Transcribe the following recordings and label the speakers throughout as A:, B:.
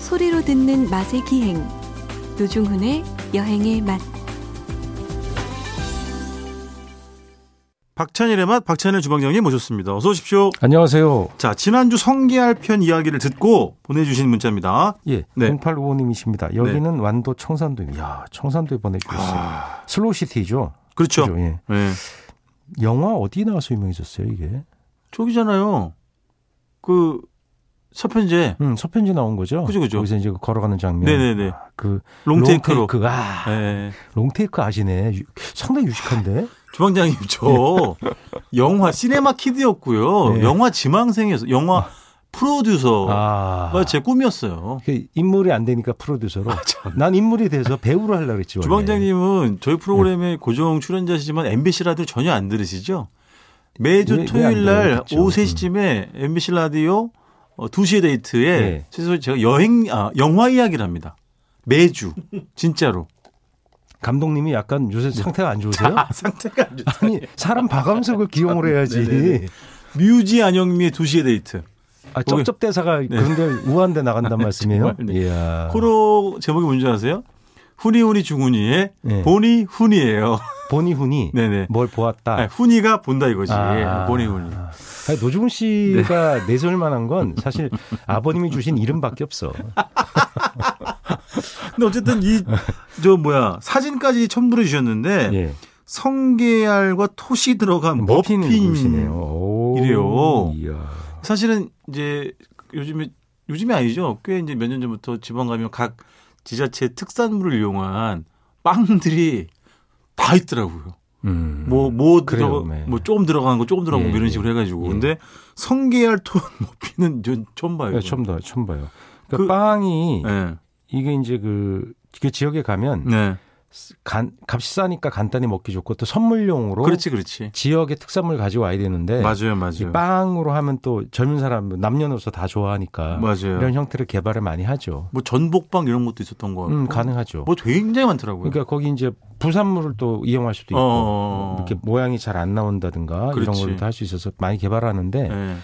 A: 소리로 듣는 맛의 기행 노중훈의 여행의 맛
B: 박찬일의 맛 박찬일 주방장님 모셨습니다. 어서 오십시오.
C: 안녕하세요.
B: 자 지난주 성게알 편 이야기를 듣고 보내주신 문자입니다.
C: 예,
B: 네.
C: 0855님이십니다. 여기는 완도 청산도입니다. 이야, 청산도에 보내주셨어요.
B: 아,
C: 슬로우시티죠.
B: 그렇죠.
C: 그죠? 예.
B: 네.
C: 영화 어디 나와서 유명해졌어요, 이게?
B: 저기잖아요. 그 서편제
C: 음, 서편지 나온 거죠?
B: 그죠, 그죠.
C: 거기서 이제 그 걸어가는 장면.
B: 네네네.
C: 아, 그
B: 롱테이크로.
C: 롱테이크. 아,
B: 네.
C: 롱테이크 아시네. 유- 상당히 유식한데.
B: 주방장님 저 영화 시네마 아. 키드였고요.
C: 네.
B: 영화 지망생이었어. 요 영화 프로듀서가
C: 아.
B: 제 꿈이었어요.
C: 그 인물이 안 되니까 프로듀서로. 난 인물이 돼서 배우로 하려고 그랬지.
B: 아,
C: 원래.
B: 주방장님은
C: 예.
B: 저희 프로그램의 고정 출연자시지만 MBC 라디오 전혀 안 들으시죠? 매주
C: 왜- 왜안
B: 토요일 날
C: 들어요? 그쵸. 음.
B: 오후 3시쯤에 MBC 라디오 어, 2시의 데이트에
C: 네.
B: 최소 제가 여행, 아, 영화 이야기를 합니다. 매주. 진짜로.
C: 감독님이 약간 요새 상태가 안 좋으세요?
B: 아, 상태가 안 좋다. 아,
C: 아니, 사람 봐가면서 그걸 기용을 해야지.
B: 네네네. 뮤지 안영미의 2시의 데이트.
C: 아, 쩝쩝대사가 그런데 우한데 나간단 말씀이에요?
B: 네. 정말, 네.
C: 이야.
B: 코너 제목이 뭔지 아세요? 훈이훈이 중훈이의
C: 네.
B: 보니 훈이에요.
C: 보니 훈이
B: 네네.
C: 뭘 보았다.
B: 아니, 훈이가 본다 이거지.
C: 뭐,
B: 예,
C: 아.
B: 보니 훈이.
C: 아니, 노중훈 씨가
B: 네.
C: 내설만한 건 사실 아버님이 주신 이름밖에 없어.
B: 아, 근데 어쨌든 이 저 뭐야 사진까지 첨부해 주셨는데
C: 예.
B: 성게알과 톳이 들어간
C: 머핀
B: 뭐 머핀.
C: 이름이시네요. 오,
B: 이래요.
C: 이야.
B: 사실은 이제 요즘에 요즘이 아니죠. 꽤 이제 몇 년 전부터 지방 가면 각 지자체 특산물을 이용한 빵들이 다 있더라고요.
C: 음.
B: 뭐 뭐 들어
C: 그래요, 네.
B: 뭐 조금 들어간 거 조금 들어간 거
C: 예,
B: 이런
C: 예.
B: 식으로 해가지고
C: 예.
B: 근데 성게알 톤 머핀은 전 처음 봐요.
C: 네,
B: 아, 이거.
C: 처음 봐요. 처음 봐요. 그러니까
B: 그-
C: 빵이
B: 네.
C: 이게 이제 그, 그 지역에 가면
B: 네.
C: 간- 값이 싸니까 간단히 먹기 좋고 또 선물용으로
B: 그렇지 그렇지.
C: 지역의 특산물 가지고 와야 되는데
B: 맞아요
C: 이
B: 맞아요.
C: 빵으로 하면 또 젊은 사람 남녀노소 다 좋아하니까
B: 맞아요.
C: 이런 형태를 개발을 많이 하죠.
B: 뭐 전복빵 이런 것도 있었던 거 같고.
C: 음, 가능하죠.
B: 뭐 굉장히 많더라고요.
C: 그러니까 거기 이제 부산물을 또 이용할 수도 있고
B: 어.
C: 이렇게 모양이 잘 안 나온다든가
B: 그렇지.
C: 이런 걸도 할 수 있어서 많이 개발하는데
B: 예.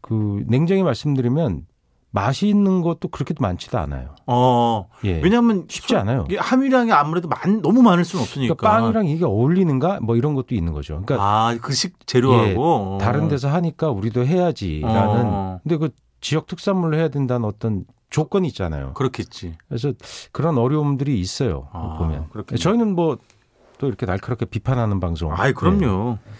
C: 그 냉정히 말씀드리면 맛이 있는 것도 그렇게 많지도 않아요.
B: 어.
C: 예.
B: 왜냐하면
C: 쉽지 않아요.
B: 이게 함유량이 아무래도 많, 너무 많을 수는 없으니까.
C: 그러니까 빵이랑 이게 어울리는가 뭐 이런 것도 있는 거죠. 그러니까
B: 아, 그식 재료하고
C: 예, 다른 데서 하니까 우리도 해야지라는
B: 어.
C: 근데 그 지역 특산물로 해야 된다는 어떤 조건이 있잖아요.
B: 그렇겠지.
C: 그래서 그런 어려움들이 있어요.
B: 아,
C: 보면
B: 그렇군요.
C: 저희는 뭐 또 이렇게 날카롭게 비판하는 방송.
B: 아이 그럼요.
C: 네.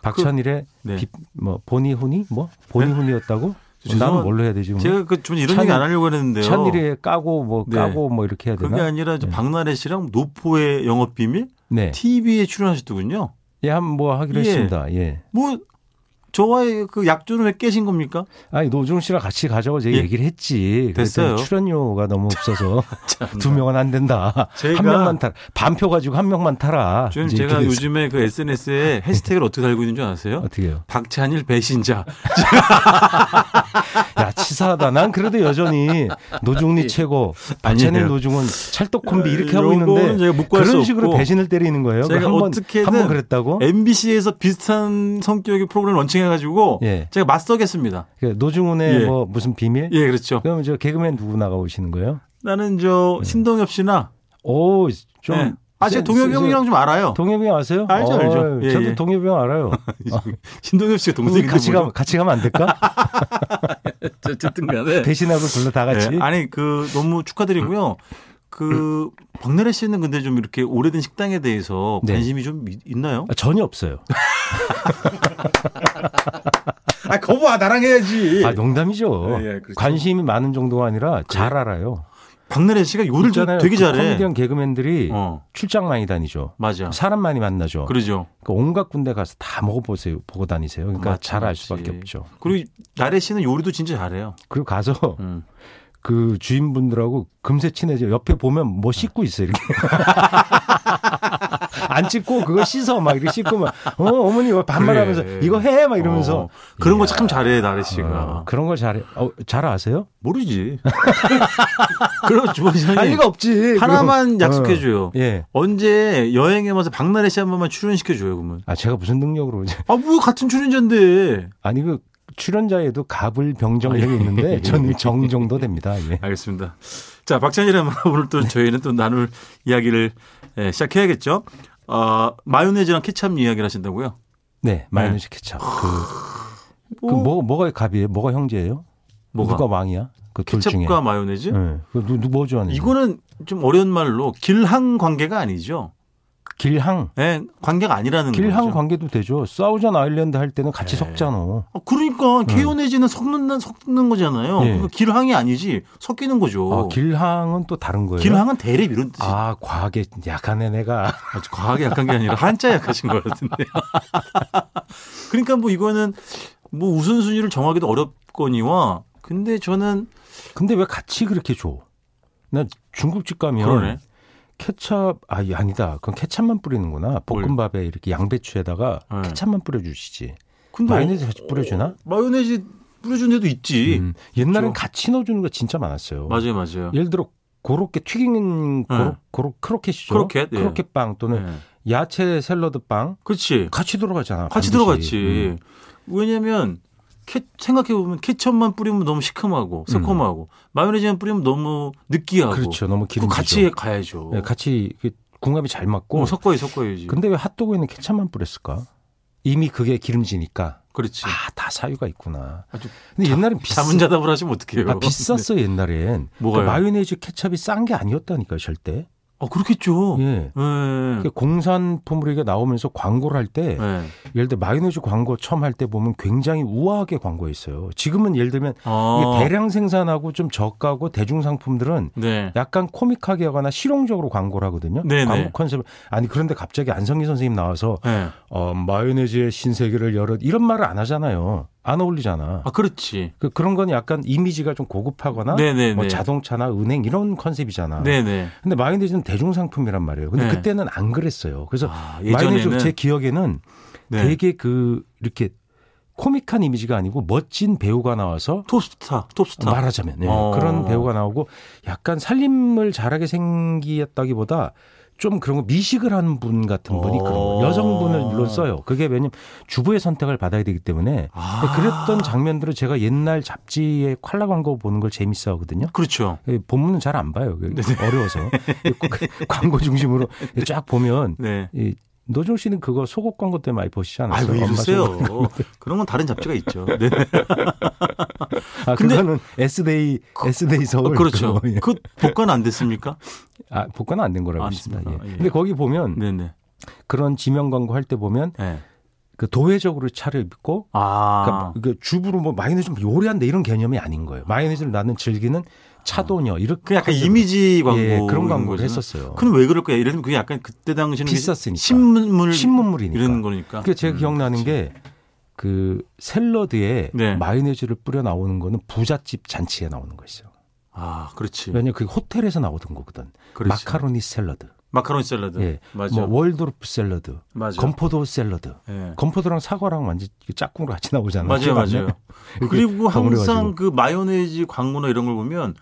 C: 박찬일의
B: 네.
C: 어, 예. 비- 뭐 보니훈이 뭐 보니훈이었다고? 뭐 나는
B: 죄송한-
C: 뭘로 해야 되지?
B: 제가 그 좀 이런
C: 찬-
B: 얘기 안 하려고 했는데요.
C: 찬일에 까고 뭐
B: 네.
C: 까고 뭐 이렇게 해야
B: 그게
C: 되나?
B: 아니라 저
C: 네.
B: 박나래 씨랑 노포의 영업 비밀
C: 네.
B: TV에 출연하셨더군요.
C: 예, 한번 뭐 하기로
B: 예.
C: 했습니다. 예.
B: 뭐 저와의 그 약조는 왜 깨신 겁니까?
C: 아니 노중 씨랑 같이 가자고 제가
B: 예.
C: 얘기를 했지. 그랬더니
B: 됐어요.
C: 출연료가 너무 없어서
B: 참나.
C: 두 명은 안 된다.
B: 제가-
C: 한 명만 타라. 반표 가지고 한 명만 타라.
B: 지금
C: 이제 이렇게
B: 제가
C: 됐어요.
B: 요즘에 그 SNS에 해시태그를 어떻게 달고 있는 줄 아세요?
C: 어떻게 해요?
B: 박찬일 배신자.
C: 아, 야 치사하다. 난 그래도 여전히 노중리 최고,
B: 아니에요. 네. 아,
C: 박찬일 노중은 찰떡 콤비 이렇게 하고
B: 요거는
C: 있는데
B: 제가 묵고할 수
C: 그런 식으로
B: 없고
C: 배신을 때리는 거예요.
B: 제가
C: 한번
B: 어떻게든 예.
C: 한번 그랬다고.
B: MBC에서 비슷한 성격의 프로그램 런칭해가지고
C: 예.
B: 제가 맞서겠습니다.
C: 그 노중훈의
B: 예.
C: 뭐 무슨 비밀?
B: 예, 그렇죠.
C: 그럼 저 개그맨 누구 나가 오시는 거예요?
B: 나는 저 신동엽 씨나
C: 오, 좀
B: 예. 아, 제가
C: 세-
B: 동엽이
C: 세-
B: 형이랑 좀 알아요.
C: 동엽이 형 아세요?
B: 알죠,
C: 어,
B: 알죠. 예,
C: 저도
B: 예.
C: 동엽이 형 알아요.
B: 신동엽 씨가
C: 우리
B: 동생인데
C: 같이
B: 뭐죠?
C: 가 같이 가면 안 될까?
B: 어쨌든 간에
C: 대신하고 불러 다 같이.
B: 네. 예. 아니 그 너무 축하드리고요. 그 박나래 씨는 근데 좀 이렇게 오래된 식당에 대해서
C: 네.
B: 관심이 좀 이- 있나요?
C: 아, 전혀 없어요.
B: 아 거봐 나랑 해야지.
C: 아 농담이죠.
B: 예, 예, 그렇죠.
C: 관심이 많은 정도가 아니라 잘 알아요.
B: 박나래 씨가 요리를 좀
C: 있잖아요.
B: 되게
C: 그
B: 잘해.
C: 코미디언 어. 개그맨들이
B: 어
C: 출장 많이 다니죠.
B: 맞아.
C: 사람 많이 만나죠.
B: 그러죠.
C: 그러니까 온갖 군데 가서 다 먹어보세요, 보고 다니세요. 그러니까
B: 맞지,
C: 잘 알
B: 맞지.
C: 수밖에 없죠.
B: 그리고 나래 씨는 요리도 진짜 잘해요.
C: 그리고 가서
B: 음.
C: 그 주인분들하고 금세 친해져. 옆에 보면 뭐 씻고 있어 이렇게. 안 씻고 그거 씻어 막 이렇게 씻고 막 어, 어머니 이거 반말하면서
B: 그래.
C: 이거 해 막 이러면서
B: 어, 그런 거 참 잘해 나래 씨가
C: 예. 어, 그런 걸 잘해. 어, 잘 아세요?
B: 모르지. 그럼 주원장님
C: 알 리가 없지.
B: 하나만
C: 그럼.
B: 약속해 줘요.
C: 어. 예.
B: 언제 여행에 와서 박나래 씨 한 번만 출연시켜 줘요 그러면.
C: 아 제가 무슨 능력으로 이제-
B: 아 뭐 같은 출연자인데.
C: 아니 그 출연자에도 갑을 병정형이
B: 예.
C: 있는데 저는 정 정도 됩니다. 예.
B: 알겠습니다. 자, 박찬일의 오늘
C: 네.
B: 또 저희는 또 나눌 이야기를 예, 시작해야겠죠. 어, 마요네즈랑 케찹 이야기를 하신다고요?
C: 네, 마요네즈 케첩. 그, 그 뭐, 뭐가 갑이에요? 뭐가 형제예요?
B: 뭐가?
C: 누가 왕이야? 그 둘 중에.
B: 케찹과 마요네즈?
C: 예. 그 누, 누, 뭐 좋아하는?
B: 이거는 좀 어려운 말로 길항 관계가 아니죠.
C: 길항.
B: 예, 관계가 아니라는
C: 길항
B: 거죠.
C: 관계도 되죠. 사우전 아일랜드 할 때는 같이
B: 예.
C: 섞잖아.
B: 아, 그러니까 케요네즈는 섞는 섞는 거잖아요.
C: 예.
B: 그러니까 길항이 아니지 섞이는 거죠.
C: 아, 길항은 또 다른 거예요.
B: 길항은 대립 이런 뜻이. 죠
C: 아, 과하게 약하네 내가.
B: 아주 과하게 약한 게 아니라 한자 약하신 것 같은데. 그러니까 뭐 이거는 뭐 우선순위를 정하기도 어렵거니와 근데 저는
C: 근데 왜 같이 그렇게 줘? 나 중국집 가면
B: 그러네.
C: 케첩 아 이- 아니다. 그건 케첩만 뿌리는구나. 볶음밥에 이렇게 양배추에다가
B: 네.
C: 케첩만 뿌려주시지.
B: 근데 어,
C: 마요네즈 같이 뿌려주나?
B: 마요네즈 뿌려준 데도 있지.
C: 음, 옛날엔
B: 그렇죠.
C: 같이 넣어주는 거 진짜 많았어요.
B: 맞아요, 맞아요.
C: 예를 들어 고로케 튀긴
B: 네.
C: 고로, 고로 크로켓이죠.
B: 크로켓, 예.
C: 빵 또는
B: 네.
C: 야채 샐러드 빵
B: 그렇지.
C: 같이 들어가잖아.
B: 같이
C: 반드시.
B: 들어갔지.
C: 음.
B: 왜냐면 생각해 보면 케첩만 뿌리면 너무 시큼하고 새콤하고 마요네즈만 뿌리면 너무 느끼하고
C: 그렇죠. 너무
B: 음. 그거
C: 기름지죠.
B: 같이 가야죠.
C: 네, 같이 그 궁합이 잘 맞고.
B: 어, 섞어야 섞어야지.
C: 근데 왜 핫도그에는 케첩만 뿌렸을까? 이미 그게 기름지니까.
B: 그렇지.
C: 아, 다 사유가 있구나.
B: 아주
C: 근데 옛날엔 비쌌
B: 자문자답을 하시면 어떡해요? 네.
C: 아, 비쌌어요, 옛날엔. 그러니까
B: 뭐가요?
C: 마요네즈 케첩이 싼 게 아니었다니까요, 절대.
B: 어, 그렇겠죠.
C: 예.
B: 예.
C: 그 공산품으로 이게 나오면서 광고를 할 때,
B: 예.
C: 예를 들어 마요네즈 광고 처음 할 때 보면 굉장히 우아하게 광고했어요. 지금은 예를 들면
B: 아,
C: 이게 대량 생산하고 좀 저가고 대중상품들은
B: 네.
C: 약간 코믹하게 하거나 실용적으로 광고를 하거든요.
B: 네네.
C: 광고 컨셉을. 아니, 그런데 갑자기 안성기 선생님 나와서
B: 예.
C: 어, 마요네즈의 신세계를 열어 이런 말을 안 하잖아요. 안 어울리잖아.
B: 아, 그렇지.
C: 그 그런 건 약간 이미지가 좀 고급하거나
B: 네네네.
C: 뭐 자동차나 은행 이런 컨셉이잖아.
B: 네네.
C: 근데 마요네즈는 대중상품이란 말이에요. 근데
B: 네.
C: 그때는 안 그랬어요. 그래서
B: 아,
C: 마요네즈
B: 예전에는
C: 제 기억에는
B: 네.
C: 되게 그 이렇게 코믹한 이미지가 아니고 멋진 배우가 나와서
B: 톱스타, 톱스타.
C: 말하자면 예,
B: 어.
C: 그런 배우가 나오고 약간 살림을 잘하게 생기었다기보다 좀 그런 거 미식을 하는 분 같은 분이 그런
B: 어.
C: 거 여성분을 물론 써요. 그게 왜냐면 주부의 선택을 받아야 되기 때문에
B: 아.
C: 네, 그랬던 장면들을 제가 옛날 잡지의 콜라 광고 보는 걸 재밌어 하거든요.
B: 그렇죠.
C: 예, 본문은 잘 안 봐요. 그
B: 네.
C: 어려워서. 그 광고 중심으로 쫙 보면
B: 네.
C: 이 노종 씨는 그거 속옷 광고 때 많이 보시지
B: 아,
C: 않았어요?
B: 왜
C: 엄마
B: 이러세요?
C: 속옷.
B: 그런 건 다른 잡지가 있죠. 네.
C: 아,
B: 근데-
C: 그거는 S데이 S데이
B: 어,
C: 서울
B: 그렇죠.
C: 그거, 예.
B: 그 복권 안 됐습니까?
C: 아, 복권은 안 된 거라고
B: 안
C: 했습니다. 예.
B: 됐구나. 예.
C: 근데 거기 보면
B: 네네.
C: 그런 지명 광고 할 때 보면
B: 네.
C: 그 도회적으로 차를 입고
B: 아.
C: 그러니까 그 주부로 뭐 마요네즈 좀 요리한데 이런 개념이 아닌 거예요. 마요네즈를 나는 즐기는 차도녀 이렇게
B: 그 약간 이미지 광고
C: 예, 그런
B: 이런
C: 광고를
B: 거잖아요.
C: 했었어요.
B: 그럼 왜 그럴까? 예를 들면 그게 약간 그때 당시는
C: 그러니까. 비쌌으니까.
B: 신문물
C: 신문물이니까.
B: 이런 거니까.
C: 그 제가
B: 음,
C: 기억나는
B: 그치.
C: 게 그 샐러드에
B: 네.
C: 마요네즈를 뿌려 나오는 거는 부잣집 잔치에 나오는 거였어요.
B: 아, 그렇지.
C: 왜냐면 그게 호텔에서 나오던 거거든.
B: 그렇지.
C: 마카로니 샐러드,
B: 마카로니 샐러드.
C: 예.
B: 그렇죠. 맞아.
C: 뭐 월드로프 샐러드,
B: 맞아.
C: 건포도 샐러드.
B: 예.
C: 건포도랑 사과랑 완전 짝꿍으로 같이 나오잖아요.
B: 맞아요, 네,
C: 기억 안 나요?
B: 맞아요. 그리고
C: 버무려가지고.
B: 항상 그 마요네즈 광고나 이런 걸 보면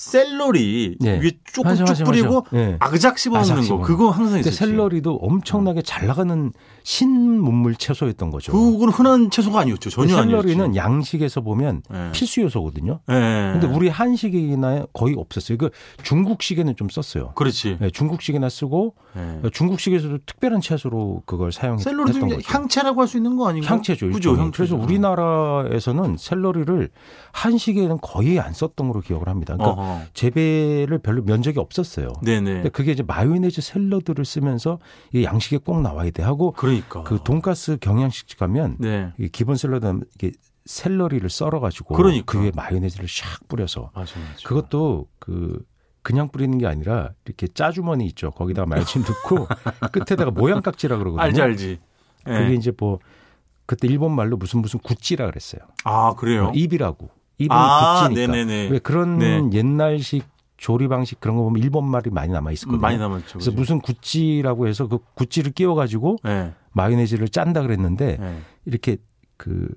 B: 샐러리
C: 예.
B: 위에 쭉쭉
C: 맞아, 맞아,
B: 뿌리고
C: 맞아. 예.
B: 아그작 씹어먹는
C: 아그작
B: 거.
C: 씹어먹는
B: 그거 항상
C: 근데
B: 있었지.
C: 샐러리도 엄청나게 잘 나가는 신문물 채소였던 거죠.
B: 그건 흔한 채소가 아니었죠. 전혀
C: 샐러리는
B: 아니었죠.
C: 양식에서 보면
B: 예.
C: 필수 요소거든요.
B: 예.
C: 근데 우리 한식이나 거의 없었어요. 그 중국식에는 좀 썼어요.
B: 그렇지.
C: 예, 중국식이나 쓰고
B: 예.
C: 중국식에서도 특별한 채소로 그걸 사용했던
B: 샐러리도
C: 거죠.
B: 그냥 향채라고 할 수 있는 거 아닌가?
C: 향채죠.
B: 그죠,
C: 일종의.
B: 향채.
C: 그래서 우리나라에서는 샐러리를 한식에는 거의 안 썼던 걸로 기억을 합니다. 그러니까
B: 어허.
C: 재배를 별로 면적이 없었어요.
B: 네네.
C: 근데 그게 이제 마요네즈 샐러드를 쓰면서 이 양식에 꼭 나와야 돼 하고
B: 그러니까.
C: 그 돈가스 경양식집 가면
B: 네.
C: 이 기본 샐러드 하면 이게 샐러리를 썰어가지고
B: 그러니까. 그렇죠.
C: 그 위에 마요네즈를 샥 뿌려서
B: 맞아, 맞아.
C: 그것도 그 그냥 뿌리는 게 아니라 이렇게 짜주머니 있죠. 거기다가 마요친 넣고 끝에다가 모양깍지라 그러거든요.
B: 알지, 알지. 예.
C: 그게 이제 뭐 그때 일본 말로 무슨 무슨 구찌라 그랬어요.
B: 아, 그래요?
C: 입이라고. 입은
B: 아,
C: 구찌니까.
B: 네네네.
C: 왜 그런
B: 네.
C: 옛날식 조리 방식 그런 거 보면 일본 말이 많이 남아 있었거든요.
B: 음, 많이 남았죠.
C: 그래서
B: 그죠?
C: 무슨 구찌라고 해서 그 구찌를 끼워 가지고
B: 예.
C: 마요네즈를 짠다 그랬는데
B: 예.
C: 이렇게 그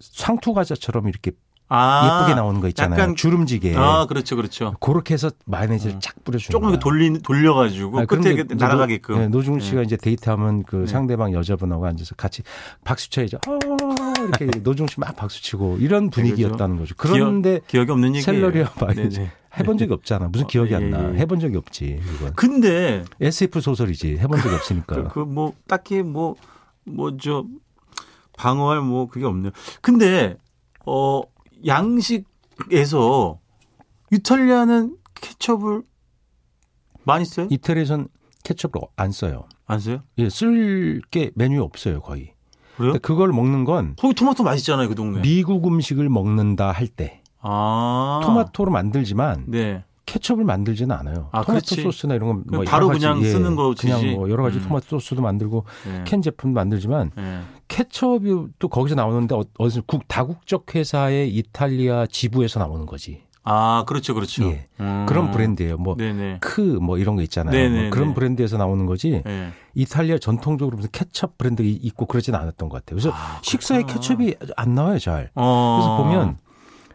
C: 상투 과자처럼 이렇게
B: 아,
C: 예쁘게 나오는 거 있잖아요.
B: 약간-
C: 주름지게.
B: 아, 그렇죠, 그렇죠.
C: 그렇게 해서 마요네즈를 쫙 뿌려 주는
B: 조금 이렇게 돌리, 돌려가지고 뭐
C: 아,
B: 끝에 아, 이렇게 날아가게끔.
C: 노중훈
B: 예.
C: 씨가 이제 데이트하면 그
B: 네.
C: 상대방 여자분하고 앉아서 같이 박수 쳐야죠. 어, 이렇게 노중 씨 막 박수치고 이런 분위기였다는 거죠. 그런데
B: 기억이 없는 얘기예요.
C: 샐러리와 마요
B: 네네.
C: 해본 적이 없잖아. 무슨
B: 어,
C: 기억이
B: 예,
C: 안 나.
B: 예.
C: 해본 적이 없지. 이건.
B: 근데
C: SF 소설이지. 해본 적이 없으니까.
B: 그 뭐 딱히 뭐 뭐 저 방어할 뭐 그게 없네요. 근데 어 양식에서 이탈리아는 케첩을 많이 써요?
C: 이태리에선 케첩을 안 써요.
B: 안 써요?
C: 예, 쓸 게 메뉴에 없어요, 거의.
B: 그래요?
C: 근데 그걸 먹는 건
B: 거기 토마토 맛있잖아요, 그 동네.
C: 네. 미국 음식을 먹는다 할 때
B: 아.
C: 토마토로 만들지만
B: 네.
C: 케첩을 만들지는 않아요.
B: 아,
C: 토마토
B: 그렇지.
C: 소스나 이런 건뭐
B: 그냥 바로 그냥 쓰는 거지.
C: 그냥 뭐 여러 가지
B: 음.
C: 토마토 소스도 만들고
B: 네.
C: 캔 제품도 만들지만
B: 네.
C: 케첩이 또 거기서 나오는데 어- 어디서 국 다국적 회사의 이탈리아 지부에서 나오는 거지.
B: 아, 그렇죠, 그렇죠.
C: 예.
B: 음.
C: 그런 브랜드예요. 뭐
B: 네네.
C: 크 뭐 이런 거 있잖아요.
B: 네네네.
C: 뭐 그런 브랜드에서 나오는 거지.
B: 예.
C: 이탈리아 전통적으로 무슨 케첩 브랜드 있고 그러진 않았던 것 같아요. 그래서
B: 아,
C: 식사에
B: 그렇구나.
C: 케첩이 안 나와요, 잘.
B: 어.
C: 그래서 보면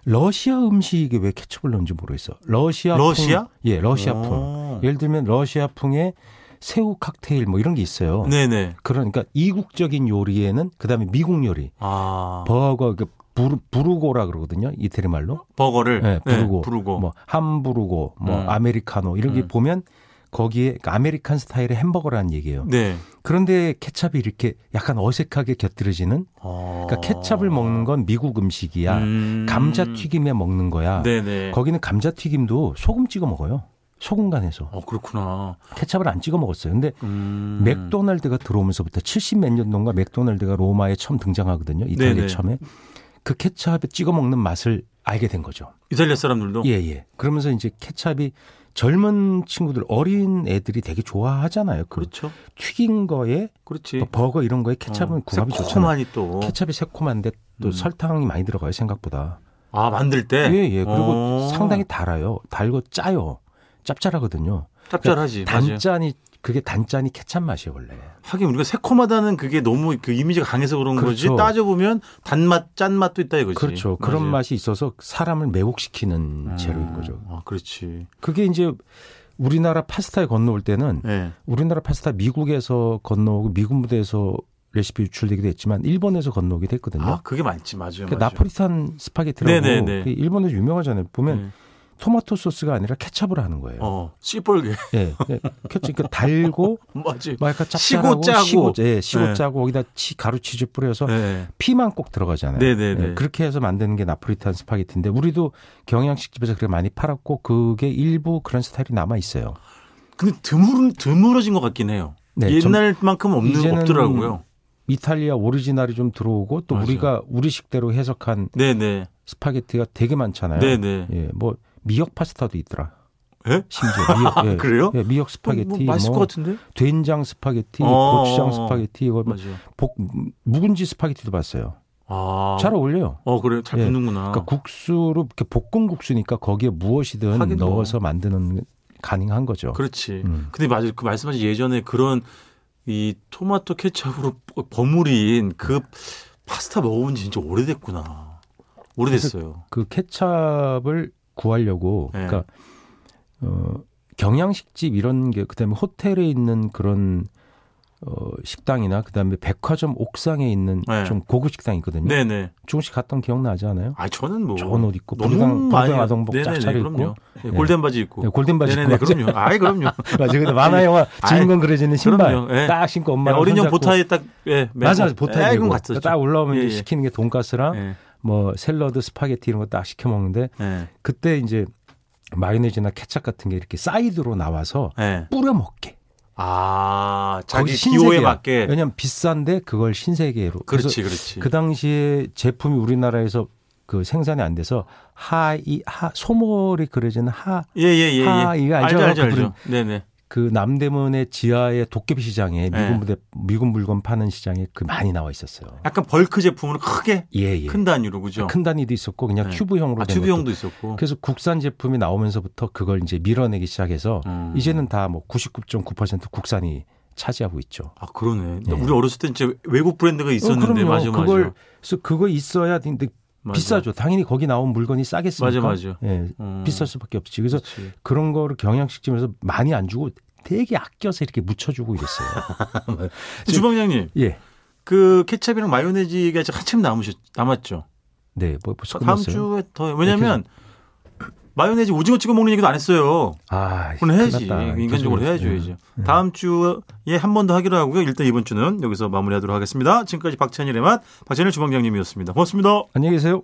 C: 러시아 음식에 왜 케첩을 넣는지 모르겠어. 러시아
B: 러시아?
C: 풍, 예, 러시아풍.
B: 어.
C: 예를 들면 러시아풍에 새우 칵테일 뭐 이런 게 있어요.
B: 네네.
C: 그러니까 이국적인 요리에는 그다음에 미국 요리
B: 아.
C: 버거 그 부르, 부르고라 그러거든요. 이태리 말로.
B: 버거를
C: 예, 부르고,
B: 네, 부르고.
C: 뭐 함부르고 뭐
B: 음.
C: 아메리카노 이런 게
B: 음.
C: 보면 거기에 그러니까 아메리칸 스타일의 햄버거라는 얘기예요.
B: 네.
C: 그런데 케찹이 이렇게 약간 어색하게 곁들여지는
B: 어.
C: 그러니까 케찹을 먹는 건 미국 음식이야.
B: 음.
C: 감자튀김에 먹는 거야.
B: 네네.
C: 거기는 감자튀김도 소금 찍어 먹어요. 소금 간해서.
B: 어 그렇구나.
C: 케찹을 안 찍어 먹었어요. 근데
B: 음.
C: 맥도날드가 들어오면서부터 70 몇 년 동안 맥도날드가 로마에 처음 등장하거든요. 이탈리아
B: 네네.
C: 처음에. 그 케찹에 찍어 먹는 맛을 알게 된 거죠.
B: 이탈리아 사람들도
C: 예, 예. 그러면서 이제 케찹이 젊은 친구들, 어린 애들이 되게 좋아하잖아요. 그
B: 그렇죠.
C: 튀긴 거에
B: 그렇지.
C: 또 버거 이런 거에 케찹은
B: 어,
C: 궁합이 좋잖아요.
B: 새콤하니 또.
C: 케찹이 새콤한데 또
B: 음.
C: 설탕이 많이 들어가요, 생각보다.
B: 아 만들 때.
C: 예, 예. 그리고
B: 어.
C: 상당히 달아요. 달고 짜요. 짭짤하거든요.
B: 짭짤하지. 예, 맞아요.
C: 그러니까 단짠이 그게 단짠이 케찹 맛이에요, 원래.
B: 하긴 우리가 새콤하다는 그게 너무 그 이미지가 강해서 그런 거지.
C: 그렇죠.
B: 따져 보면 단맛, 짠맛도 있다 이거지.
C: 그렇죠. 그런
B: 맞아요.
C: 맛이 있어서 사람을 매혹시키는
B: 음.
C: 재료인 거죠.
B: 아 그렇지.
C: 그게 이제 우리나라 파스타에 건너올 때는
B: 예.
C: 우리나라 파스타 미국에서 건너오고 미국 무대에서 레시피 유출되기도 했지만 일본에서 건너오기도 했거든요.
B: 아 그게 많지 맞아요.
C: 그
B: 맞아요.
C: 나폴리탄 스파게티라고
B: 네네네.
C: 그 일본에서 유명하잖아요. 보면
B: 네.
C: 토마토 소스가 아니라 케찹을 하는 거예요.
B: 어 씨뻘게
C: 예, 예. 케찹 그러니까 달고
B: 맞지.
C: 막 약간
B: 시고
C: 짭짤하고
B: 짜고.
C: 시고, 예, 시고
B: 네.
C: 짜고 거기다 치, 가루 치즈 뿌려서
B: 네.
C: 피만 꼭 들어가잖아요.
B: 네네네.
C: 예, 그렇게 해서 만드는 게 나폴리탄 스파게티인데 우리도 경양식집에서 그렇게 많이 팔았고 그게 일부 그런 스타일이 남아 있어요.
B: 근데 드물 드물어진 것 같긴 해요.
C: 네, 좀
B: 옛날만큼 없는
C: 이제는-
B: 없더라고요.
C: 이탈리아 오리지널이 좀 들어오고 또
B: 맞아요.
C: 우리가 우리식대로 해석한
B: 네네.
C: 스파게티가 되게 많잖아요.
B: 네네.
C: 예, 뭐 미역 파스타도 있더라.
B: 예?
C: 심지어 미역, 예,
B: 그래요?
C: 예,
B: 그럼
C: 미역 스파게티,
B: 뭐 맛있을
C: 뭐
B: 것 같은데?
C: 된장 스파게티,
B: 어, 어, 어.
C: 고추장 스파게티, 이거 뭐
B: 맞아요.
C: 복, 묵은지 스파게티도 봤어요.
B: 아.
C: 잘 어울려요.
B: 어, 그래요? 잘
C: 예.
B: 붙는구나.
C: 그러니까 국수로 이렇게 볶음 국수니까 거기에 무엇이든
B: 하긴 뭐.
C: 넣어서 만드는 게 가능한 거죠.
B: 그렇지
C: 음.
B: 근데 맞아요. 그 말씀하신 예전에 그런 이 토마토 케첩으로 버- 버무린 그 파스타 먹어본 지 진짜 오래됐구나. 오래됐어요.
C: 그 케찹을 구하려고
B: 네.
C: 그러니까 어, 경양식집 이런 게 그다음에 호텔에 있는 그런 어, 식당이나 그다음에 백화점 옥상에 있는
B: 네.
C: 좀 고급 식당 있거든요.
B: 네네.
C: 조금씩 갔던 기억 나지 않아요?
B: 아, 저는 뭐.
C: 좋은 옷 입고
B: 너무
C: 부르당
B: 많이.
C: 부르당 아동복 쫙
B: 네네네,
C: 차려
B: 그럼요.
C: 입고
B: 예,
C: 예.
B: 골덴 바지 입고.
C: 네, 골든 바지
B: 네네네,
C: 입고
B: 그럼요. 아이, 그럼요.
C: 맞아. 근데 만화 영화 주인공 그려지는 신발
B: 그럼요. 예.
C: 딱 신고 엄마
B: 어린 형 보타에 딱, 예. 메고.
C: 맞아 맞아 보타에
B: 에이, 그건
C: 메고
B: 갔었죠.
C: 딱 올라오면
B: 예,
C: 이제
B: 예.
C: 시키는 게 돈가스랑
B: 예.
C: 뭐 샐러드 스파게티 이런 거 딱 시켜 먹는데
B: 예.
C: 그때 이제 마요네즈나 케첩 같은 게 이렇게 사이드로 나와서
B: 예.
C: 뿌려 먹게.
B: 아, 자기
C: 거기
B: 기호에
C: 신세계야.
B: 맞게.
C: 왜냐면 비싼데 그걸 신세계로. 그래서
B: 그렇지, 그렇지.
C: 그 당시에 제품이 우리나라에서 그 생산이 안 돼서 하이 하 소몰이 그려지는 하 그
B: 예, 예, 예. 예.
C: 아, 이거 알죠?
B: 알죠,
C: 그
B: 알죠. 네네.
C: 남대문의 지하의 도깨비 시장에
B: 네.
C: 미군 부대 미군 물건 파는 시장에 그 많이 나와 있었어요.
B: 약간 벌크 제품으로 크게
C: 예 예.
B: 큰 단위로 그죠?
C: 큰 단위도 있었고 그냥
B: 네.
C: 큐브형으로
B: 아,
C: 된 것도
B: 튜브형도 있었고.
C: 어. 그래서 국산 제품이 나오면서부터 그걸 이제 밀어내기 시작해서
B: 음.
C: 그 이제는 다 뭐 99.9% 국산이 차지하고 있죠.
B: 아 그러네.
C: 예. 어,
B: 우리 어렸을 때 이제 외국 브랜드가 있었는데
C: 그럼요.
B: 맞아 맞아.
C: 그걸 그래서 그거 있어야 근데
B: 맞아.
C: 비싸죠. 당연히 거기 나온 물건이 싸겠습니까?
B: 맞아, 맞아.
C: 예,
B: 음,
C: 비쌀 수밖에 없지. 그래서
B: 그렇지.
C: 그런 거를 경양식집에서 많이 안 주고 되게 아껴서 이렇게 묻혀주고 이랬어요.
B: 주방장님
C: 예,
B: 그 케첩이랑 마요네즈가 아직 한참 남으셨 남았죠.
C: 네, 뭐 벌써
B: 다음
C: 끝났어요. 네,
B: 주에 더 왜냐면 마요네즈 오징어 찍어 먹는 얘기도 안 했어요.
C: 아,
B: 그건 해야지.
C: 큰일 났다.
B: 인간적으로
C: 이렇게
B: 해야죠,
C: 좀-
B: 이제.
C: 음.
B: 다음 주에 한 번 더 하기로 하고요. 일단 이번 주는 여기서 마무리하도록 하겠습니다. 지금까지 박찬일의 맛, 박찬일 주방장님이었습니다. 고맙습니다.
C: 안녕히 계세요.